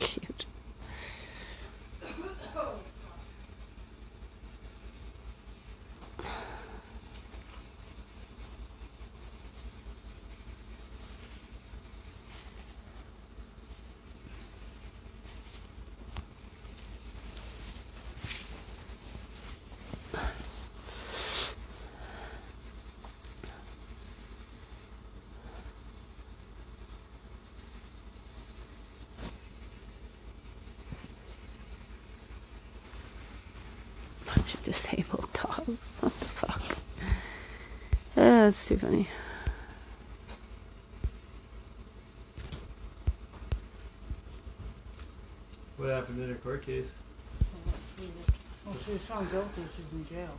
D: Cute. Bunch of disabled dog. What the fuck? Uh, that's too funny.
A: What happened in her court case?
C: Well, she was found guilty. She's in jail.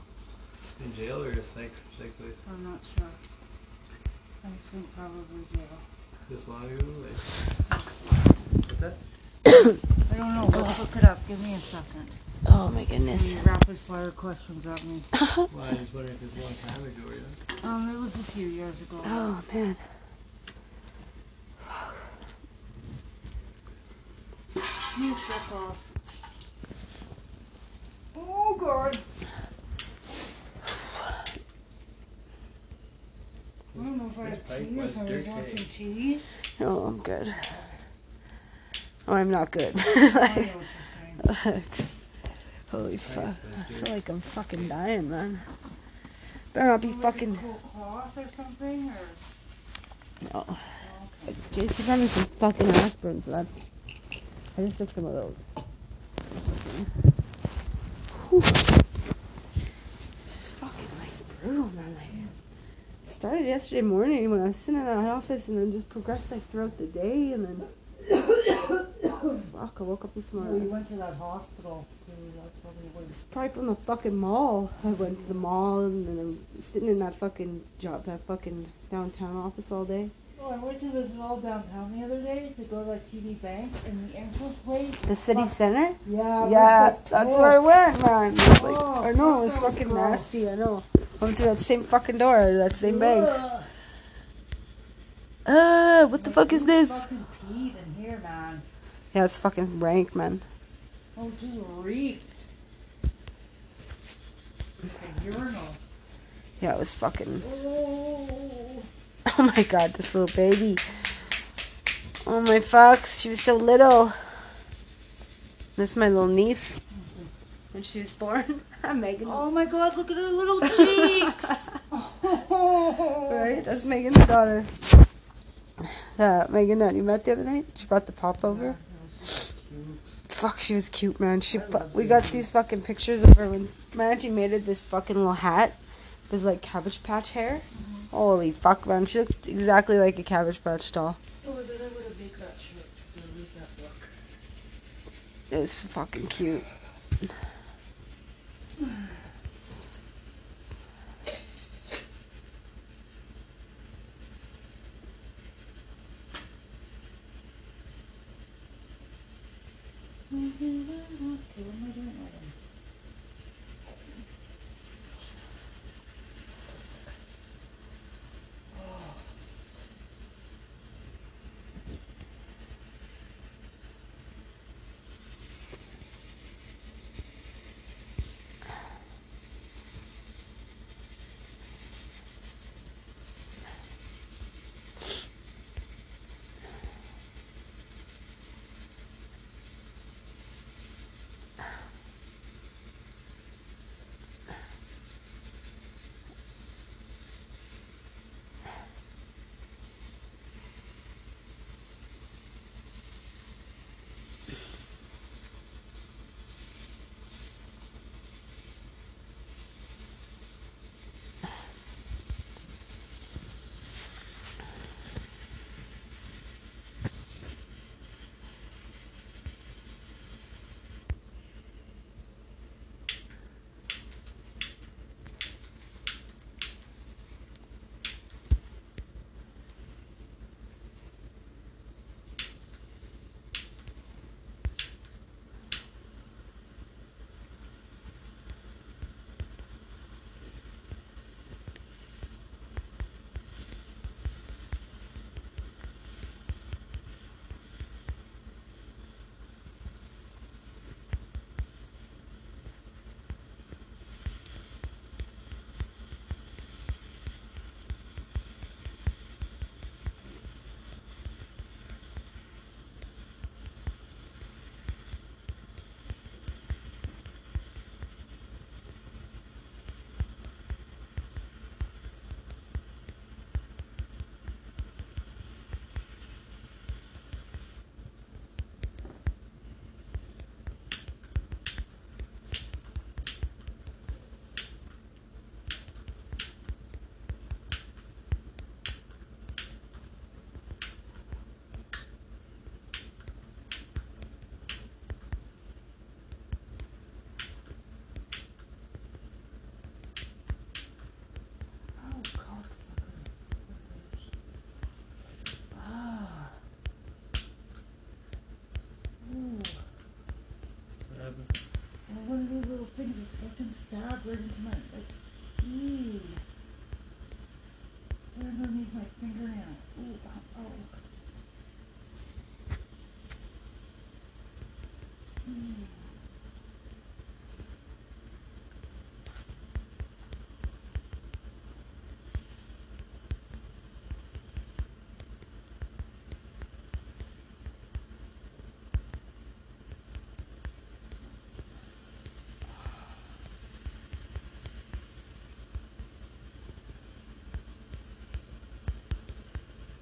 A: In jail or just like, like, like
C: I'm not sure. I think probably jail.
A: this long ago? Like, what's that?
C: I don't know. Let's look it up. Give me a second.
D: Oh my goodness.
C: Any rapid fire questions at me.
A: Well, I was wondering if it's a long time ago or not.
C: Um, it was a few years ago.
D: Oh man.
B: You fuck off. Oh god. I don't know if I
G: This
B: have
G: pipe
B: tea or
G: was
B: something. Want
G: dirty.
B: some tea?
D: Oh, I'm good. Oh, I'm not good.
B: I don't know what you're saying.
D: Holy fuck. I feel like I'm fucking dying, man. Better not be
B: Like a
D: fucking.
B: cool cloth or something, or
D: No. JC got me some fucking aspirin for that. I just took some of those. Whew. It's fucking like brutal, man. Like, it started yesterday morning when I was sitting in that office and then just progressed like throughout the day and then. Fuck, I woke up this
B: well, you
D: morning.
B: went to that hospital. Too. That's probably what
D: It's probably from the fucking mall. I went to the mall and then I'm sitting in that fucking job, that fucking downtown office all day.
B: Oh, I went to this mall downtown the other day to go to like TD Bank, and the entrance place.
D: The city
B: Fuck.
D: center?
B: Yeah.
D: Yeah, that's where I went, man. It was Like,
B: Oh,
D: I know it was
B: that was
D: fucking
B: gross.
D: nasty. I know. I went to that same fucking door, that same bank. Uh, what the fuck is this?
B: Fucking peed in here, man.
D: Yeah, it's fucking rank, man.
B: Oh, it just reeked. Like a urinal.
D: Yeah, it was fucking.
B: Oh.
D: Oh my god, this little baby. Oh my fucks, she was so little. This is my little niece. When she was born, Megan.
B: Oh my God! Look at her little cheeks.
D: Right? That's Megan's daughter. Uh, Megan that you met the other night. She brought the pop over. Fuck, she was cute, man. She fu- we got these fucking pictures of her when my auntie made her this fucking little hat. It was like cabbage patch hair. Holy fuck, man. She looked exactly like a cabbage patch doll.
B: Oh, then I would have make that shirt. Or make that book.
D: It was fucking cute.
B: Okay, what am I doing now then?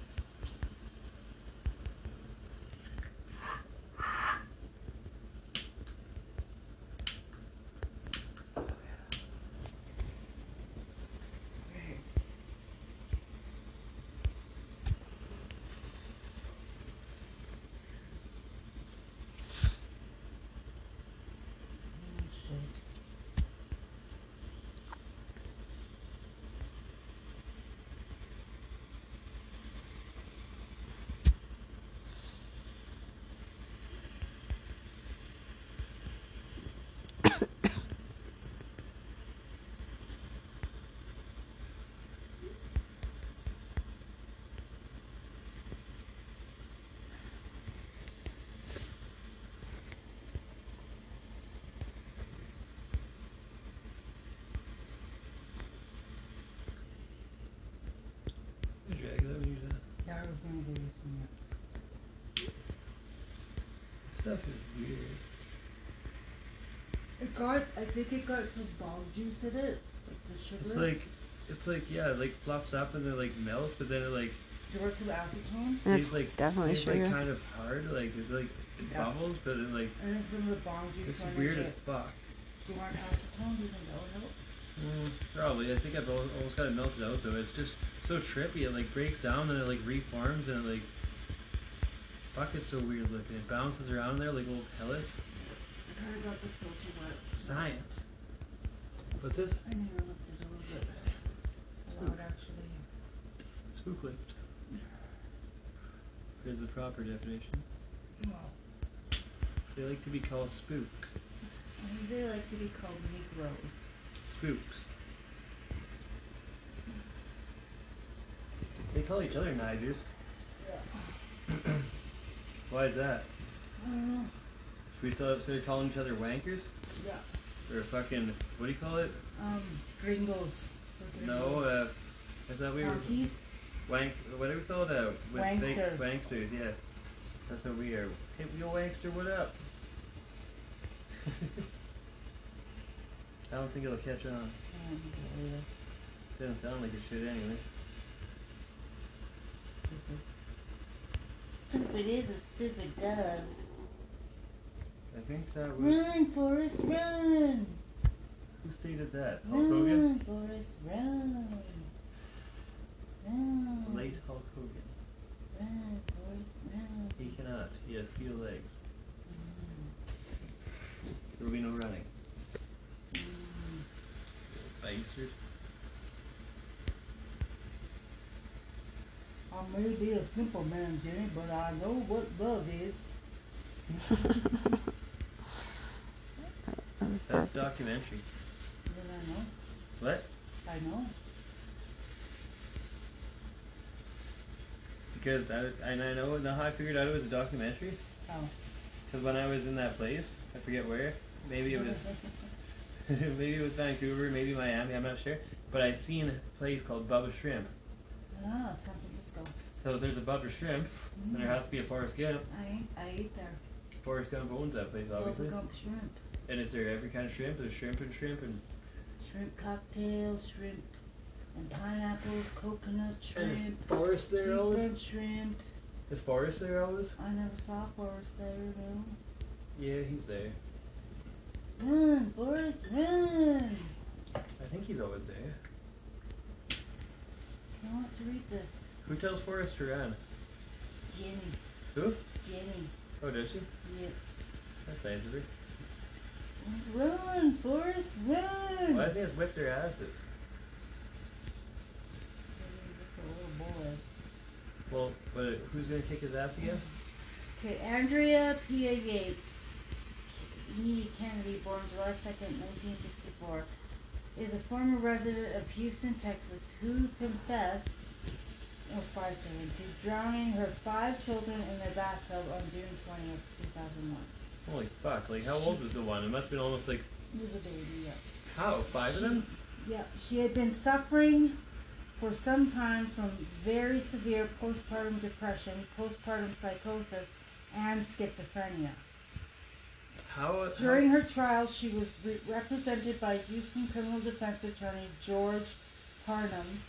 C: oh, away from it.
A: Stuff is weird.
C: It got, I think it got some bog juice in it, like the sugar.
A: It's like, it's like yeah, it like fluffs up and then like melts, but then it like
C: Do you want some acetone?
A: stays
D: That's
A: like
D: definitely
A: stays, like
D: sugar.
A: kind of hard, like it like it
C: Yeah.
A: bubbles, but then like
C: I think some of the bong juice.
A: it's
C: one I
A: weird
C: get.
A: as fuck.
C: Do you want acetone? Do you think that would help?
A: Mm, probably. I think I've al- almost got it melted out though. It's just so trippy. It like breaks down and it like reforms and it like fuck. It's so weird looking. It bounces around there like little pellets.
C: I kind of got the filter wet.
A: Science. What's this?
C: I never looked at it a little bit. That would actually.
A: Spook lift. Here's the proper definition.
C: Well,
A: They like to be called spook.
C: I think they like to be called Negroes.
A: Spooks. They call each other Nigers.
C: Yeah.
A: Why is that?
C: I don't know.
A: Should we still up there calling each other wankers?
C: Yeah.
A: Or fucking, what do you call it?
C: Um, gringos. They're
A: No,
C: gringos.
A: uh, I thought we were
C: Monkeys?
A: wank, whatever we called uh, with things-
C: Wanksters.
A: wanksters, yeah. That's what we are. Hey, yo, wankster, what up? I don't think it'll catch on.
C: Um, yeah.
A: Doesn't sound like it should anyway.
C: Stupid is as stupid does.
A: I think that was
C: Run, Forrest, run!
A: who stated that?
B: Mm.
A: Hulk Hogan.
C: Run, Forrest, run! Run!
A: Late Hulk Hogan.
C: Run, Forrest, run!
A: He cannot. He has few legs. There will be no running. Bankster.
C: I may be a simple man, Jenny, but I know what love is.
A: That's documentary.
C: Then I know.
A: What?
C: I know.
A: Because I and I know know how I figured out it was a documentary.
C: Oh.
A: Because when I was in that place, I forget where. Maybe it was maybe it was Vancouver, maybe Miami. I'm not sure. But I seen a place called Bubba Shrimp.
C: ah, San Francisco.
A: So if there's a Bubba Shrimp, then there has to be a Forrest Gump.
C: I ain't, I ate there.
A: Forrest Gump owns that place, obviously.
C: Bubba gump shrimp.
A: And is there every kind of shrimp? There's shrimp and shrimp and
C: Shrimp cocktail, shrimp and pineapples, coconut
A: And is
C: shrimp,
A: Forrest there
C: deep
A: always?
C: fried shrimp.
A: Is Forrest there always?
C: I never saw Forrest there, no.
A: Yeah, he's there.
C: Run, Forrest, run!
A: I think he's always there.
C: I want to read this.
A: Who tells Forrest to run?
C: Jenny,
A: Who?
C: Jenny,
A: Oh, does she?
C: yeah.
A: That's nice of her.
C: Run, Forrest, run!
A: Why does he just whip their asses?
C: It's a little boy.
A: Well, but who's gonna kick his ass again?
C: Okay, Andrea Pia Yates, E. Kennedy, born July 2nd, 1964, is a former resident of Houston, Texas, who confessed oh, five children, to drowning her five children in their bathtub on June 20th, 2001.
A: Holy fuck! Like, how old was the one? It must have been almost like
C: He was a baby, yeah.
A: how five of them?
C: Yep, she had been suffering for some time from very severe postpartum depression, postpartum psychosis, and schizophrenia.
A: How?
C: During her trial, she was re- represented by Houston criminal defense attorney George Parnum,